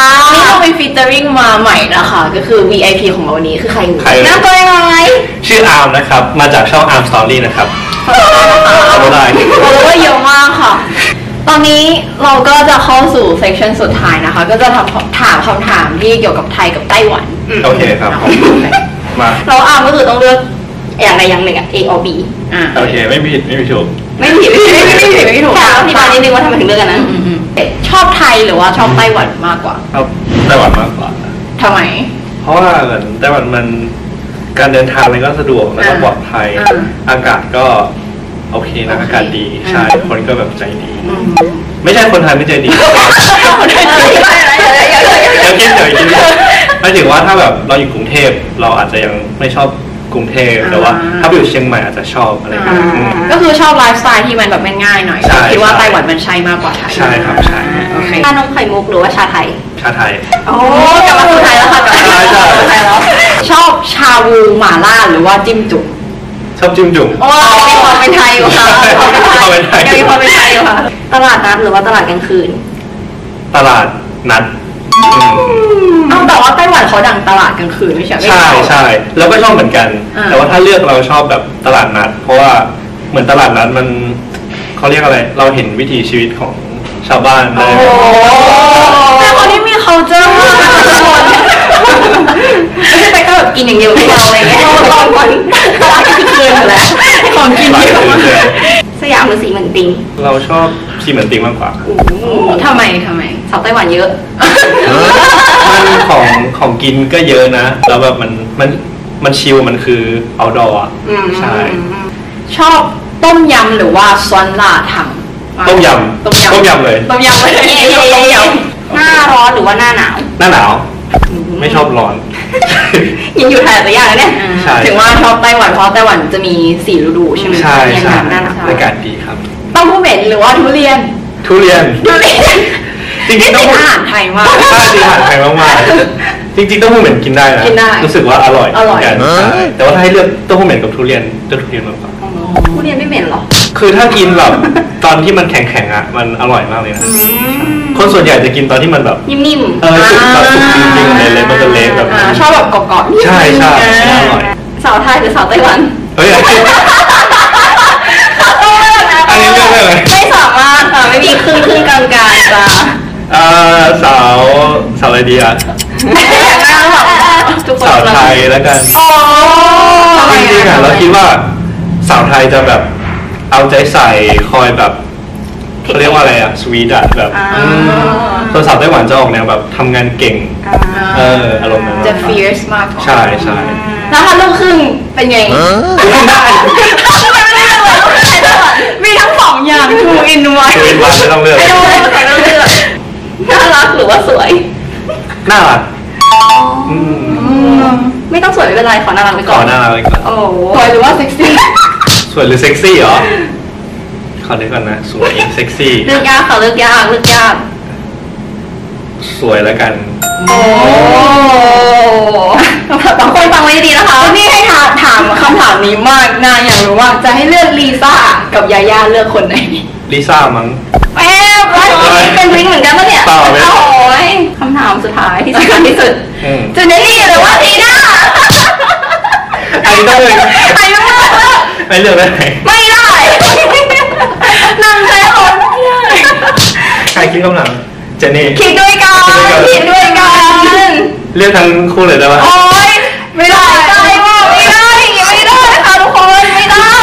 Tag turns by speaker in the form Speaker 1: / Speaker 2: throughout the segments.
Speaker 1: เตอริงมาใหม่นะคะ ก็คือ VIP ของเราวันนี้คือใครอยู่
Speaker 2: ใคร
Speaker 1: น้ำตัวยังไง
Speaker 2: ชื่ออาร์มนะครับ มาจากช่องอาร์มสตอรี่นะครับ
Speaker 1: ขอบคุณนะคะ
Speaker 2: เอาได้
Speaker 1: เราก็เยอะมากค่ะ ตอนนี้เราก็จะเข้าสู่เซ c ชันสุดท้ายนะคะ ก็จะถามถามคำถามที่เกี่ยวกับไทยกับไต้หวัน
Speaker 2: โอเคครับผมมา
Speaker 1: เราอ่านก็คือต้องเลือกอย่างใดอย่างหนึ่งอะ A or B อ่า
Speaker 2: โอเคไม่ผิดไม่ผิดถูก
Speaker 1: ไม่ผิดไม่ผิดไม่ผิดไม่ถูก
Speaker 3: ถามอธิบายนิดนึงว่าทำไมถึงเลือกอันนั้น
Speaker 1: ชอบไทยหรือว่าชอบไต้หวันมากกว่า
Speaker 2: เอาไต้หวันมากกว่า
Speaker 1: ทำไม
Speaker 2: เพราะว่าเหมือนไต้หวันมันการเดินทางมันก็สะดวกแล้วก็
Speaker 1: อ่า
Speaker 2: ปลอดภัย
Speaker 1: อ่า
Speaker 2: อากาศก็โอเคนะ
Speaker 1: โอเค
Speaker 2: อากาศดี
Speaker 1: อ่า
Speaker 2: ใช่คนก็แบบใจดี ไม่ใช่คนไทยไม่ใจดี เดี๋ยวคิดเดี๋ยวคิดหมายถึงว่าถ้าแบบเราอยู่กรุงเทพเราอาจจะยังไม่ชอบกรุงเทพแต่ว่า ถ้าไปอยู่เชียงใหม่อาจจะชอบอะไรอย่างเงี้ยอืม
Speaker 1: ก็คือชอบไลฟ์สไตล์ที่มันแบบง่ายๆหน่อย
Speaker 2: ใช่
Speaker 1: คิดว่า
Speaker 2: ใช่
Speaker 1: ไต้หวันมันใช่มากกว่าไทย
Speaker 2: ใช่ครับใช่
Speaker 1: โอเค
Speaker 3: ชานมไข่มุกหรือว่าชาไทย
Speaker 2: ชาไทย
Speaker 1: โอ้กลับมาสู่ไทยแล้วค่ะกลับมาสู่ไทยแล้วชอบชาบูหม่าล่าหรือว่าจิ้มจุ่ม
Speaker 2: ชอบจิ้มจุ่ม
Speaker 1: โอ้
Speaker 3: มีความเป็นไทยอยู่ค่ะ
Speaker 2: ความเป็นไทย
Speaker 1: ยังมีความเป็นไทยอยู่ค่ะ
Speaker 3: ตลาดนัดหรือว่าตลาดกลางคืน
Speaker 2: ตลาดนัดอืม
Speaker 1: เอาแต่ว่าไต้หวันเขาดังตลาดกลางคืนไม่ใช่ไหม
Speaker 2: ใช่ใช่แล้วก็ชอบเหมือนกัน
Speaker 1: อ่า
Speaker 2: แต่ว่าถ้าเลือกเราชอบแบบตลาดนัด เพราะว่าเหมือนตลาดนัดมันเขาเรียกอะไร เราเห็นวิถีชีวิตของชาวบ้านได้
Speaker 1: โอ้แต่คนที่มี culture มากทุกคนไม่ใช่ไปแค่แบบกินอย่างเดียวไม่เอาอะไรเงี้ยเราลองมันตลาดกลางคืนอยู่แล้วของกินเยอะมาก
Speaker 3: สยามหรือสีเหมือนติง
Speaker 2: เราชอบชีเหมือนติงมากกว่า
Speaker 1: โอ้ทำไมทำไม
Speaker 3: สาวไต้หวันเยอะ
Speaker 2: มันของของกินก็เยอะนะ แล้วแบบมันมันมันชิลมันคือเอาดอะ
Speaker 3: อืม
Speaker 2: ใช่
Speaker 1: ชอบต้มยำหรือว่าซอนลาทำ
Speaker 2: ต้มยำ
Speaker 1: ต้มยำ
Speaker 2: ต้มยำเลย
Speaker 1: ต้มยำเลย
Speaker 3: เย้เย้เย้เย้หน้าร้อนหรือว่าหน้าหนาว
Speaker 2: หน้าหนาว ไม่ชอบร้อน
Speaker 3: ยังอยู่ไทยหลายอย่างเลยเนี่ย
Speaker 2: ใช่
Speaker 1: ถึงว่าชอบไต้หวันเพราะไต้หวันจะมีสี่ฤดูใช่ไหม
Speaker 2: ใช่
Speaker 1: เย็น
Speaker 2: ใช่
Speaker 1: หนาวหน้าหนาว
Speaker 2: อากาศดีครับ
Speaker 1: เต้าหู้เหม็นหรือว่าทุเรียน
Speaker 2: ทุเรียน
Speaker 1: ทุเรียน
Speaker 2: จริ
Speaker 1: นี่
Speaker 2: งๆ
Speaker 1: เป็
Speaker 2: ต้อนง
Speaker 1: อาหารไทยมาก
Speaker 2: ใช่จริงอาหารไทยมากๆจริงๆเต้าหู้เหม็นกินได้นะ
Speaker 1: กินได้
Speaker 2: รู้สึกว่าอร่อย
Speaker 1: อร่อย
Speaker 2: เหมืนกันใช่แต่ว่าถ้าให้เลือกเต้าหู้เหม็นกับทุเรียนเลือกทุเรียนมากกว่า
Speaker 3: ผู้เรียนไม่เหม็นหรอ
Speaker 2: คือถ้ากินแบบ ตอนที่มันแข็งๆอ่ะมันอร่อยมากเลยนะ คนส่วนใหญ่จะกินตอนที่มันแบบ
Speaker 3: นิ่ม
Speaker 2: เออสุกแบบสุกจริงๆเลยเลยมันจะเละแบบ
Speaker 1: อ่า
Speaker 2: นั้น
Speaker 1: ชอบแบบกรอบๆนิดนึง
Speaker 2: ใช่ใช่ใช่อร่อย
Speaker 3: ๆ สาวไทยหรือสาวไต้หวัน
Speaker 2: เฮ้ย อันนี้เลือกได้ไหม
Speaker 3: ไม่สามารถค่ะไม่มีครึ่งครึ่งกลางกลางจ้ะ
Speaker 2: เอ่อสาวสาวอะไรดีอ่ะ
Speaker 3: ทุกคน
Speaker 2: สาวไทยแล้วกันจริงๆอ่ะเราคิดว่าสาวไทยจะแบบเอาใจใส่คอยแบบเขาเรียกว่าอะไรอ่ะสวีทอ่ะแบบ
Speaker 3: อ่า
Speaker 2: ส่วนสาวไต้หวันจะออกแนวแบบทำงานเก่ง เอออารมณ์นั้น
Speaker 1: จะ fierce มากกว่า
Speaker 2: ใช่ใช่
Speaker 1: แล้วถ้าลูกครึ่งเป็นไง
Speaker 2: ทุกคนได้
Speaker 1: มีทั้งสองอย่าง two in one
Speaker 2: ชีวิตวันไม่ต้องเลือก
Speaker 3: น่ารักหรือว่าสวย
Speaker 2: น่ารัก
Speaker 3: ไม่ต้องสวยไม่เป็นไรขอน่ารักไป
Speaker 2: ก่
Speaker 3: ก่
Speaker 2: อ
Speaker 3: อนน
Speaker 2: หน้ารักไว้ก่อน
Speaker 3: โอ้โห
Speaker 1: สวยหรือว่าเซ็กซี่
Speaker 2: สวยหรือเซ็กซี่เหรอ ขอนึกก่อนนะ สวยเซ็กซี่
Speaker 3: เลือกยากค่ะเลือกยากเลือกยาก
Speaker 2: สวยแล้วกัน
Speaker 3: โอ้บางคนฟังไว้ดีนะคะ
Speaker 1: นี่ให้ถามถามคำถามนี้มากนางอยากรู้ว่าจะให้เลือกลีซ่ากับยาย่าเลือกคนไหน
Speaker 2: ลิซ่ามั้ง
Speaker 3: แอบว่าเป็นวิ้งเหมือนกันปะเนี่ย
Speaker 2: เปล่าเลย
Speaker 3: โอ้ยคำถามสุดท้ายที่สำคัญที่สุด
Speaker 2: อืม
Speaker 3: จูเนลลี่หรือว่าทีน่า
Speaker 2: อันนี้ต้องเลย
Speaker 3: ไปไม่ได้
Speaker 2: ไม่เลือกได้ไหม
Speaker 3: ไม่ได้ นั่งแค่คน
Speaker 2: ใครคิดคำหลังเจนนี่
Speaker 3: คิดด้วยกัน
Speaker 2: คิ
Speaker 3: คิด
Speaker 2: ดด้
Speaker 3: ด้ว
Speaker 2: วยยกั
Speaker 3: กัน
Speaker 2: เลือกทั้งคู่เลยได้ปะ
Speaker 3: โอ้ยไม่ได้ไม่ได้ไม่ได้ค่ะทุกคนไม่ได้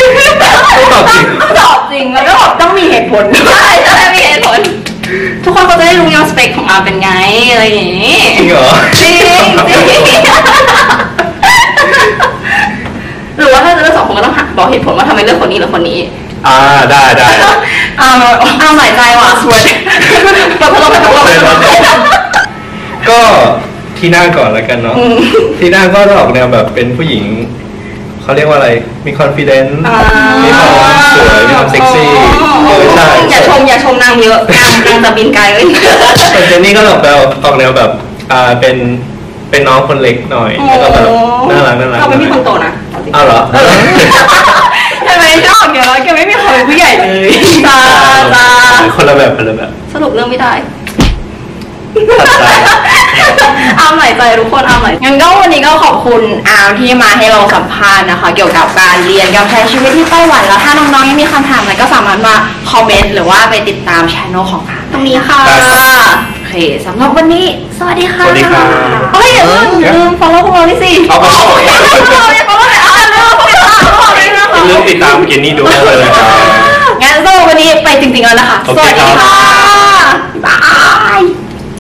Speaker 2: ตอบจริง
Speaker 3: ตอบจริงมันก็แบบต้องมีเหตุผลใช่ใช่มีเหตุผล ทุกคนเขาจะได้รู้ไงว่าสเปคของอาเป็นไงอะไรอย่าง นี้
Speaker 2: จริงเหรอ
Speaker 3: จริงจริงหรือว่าถ้าจะเลือกสองคนก็ต้องหาบอกเหตุผลว่าทำไมเลือกคนนี้หรือคนนี้
Speaker 2: อ่าได้ได้
Speaker 3: อาอาหลายใจว่ะสวยเราเราเรา เรา
Speaker 2: เลยแล้วก็ที่หน้าก่อนแล้วกันเนาะที่หน้าก็จะออกแนวแบบเป็นผู้หญิง เขาเรียกว่าอะไร มีคอนฟ idence มีความสวย มีความเซ็กซี่เออใช่
Speaker 3: อย่าชมอย่าชมนางเยอะนางนางจะบินไกลเลย
Speaker 2: แต่เจนนี่ก็ออกแบบออกแนวแบบอ่าเป็นเป็นน้องคนเล็กหน่อยแล้วก็แบบน่ารักน่ารัก
Speaker 3: เขาเป็นพี่คนโตนะ
Speaker 2: อ้าวเหรอ
Speaker 1: ทำไมชอบเนี่ยเราแกไม่มีความเป็นผู้ใหญ่เลย
Speaker 3: ตาตา
Speaker 2: คนละแบบคนละแบบ
Speaker 3: สรุปเรื่องไม่ได้
Speaker 2: ตัดใจ
Speaker 1: เอาหน่อยใจทุกคนเอาหน่อยงั้นก็วันนี้ก็ขอบคุณอาร์มที่มาให้เราสัมภาษณ์นะคะ เกี่ยวกับการเรียนการใช้ชีวิตที่ไต้หวันแล้วถ้าน้องๆยังมีคำถามอะไรก็สามารถมาคอมเมนต์หรือว่าไปติดตามช่องของอาร์ม
Speaker 3: ตรงนี้ค่ะ
Speaker 1: โอเคสำหรับวันนี้ สวัสดี
Speaker 2: ส
Speaker 1: ค่ะ
Speaker 2: วัสดีครับ
Speaker 1: เฮ้ยอย่าลืมอย่าลืม follow พวกเราด้วยสิ
Speaker 2: เอาไป follow
Speaker 1: เออ follow เลย follow เลยอ่ะลืม follow เลยนะ
Speaker 2: อย่า
Speaker 1: คะ
Speaker 2: ลืมติดตามเกนนี่ดูได้เลยนะครับ
Speaker 1: งั้นสำหรับวันนี้ไปจริงๆแล้วนะคะ
Speaker 2: โอ
Speaker 1: ส
Speaker 2: เค
Speaker 1: วัส
Speaker 2: ครั
Speaker 1: ดี
Speaker 2: บ
Speaker 1: ค่ะ บ๊ายบาย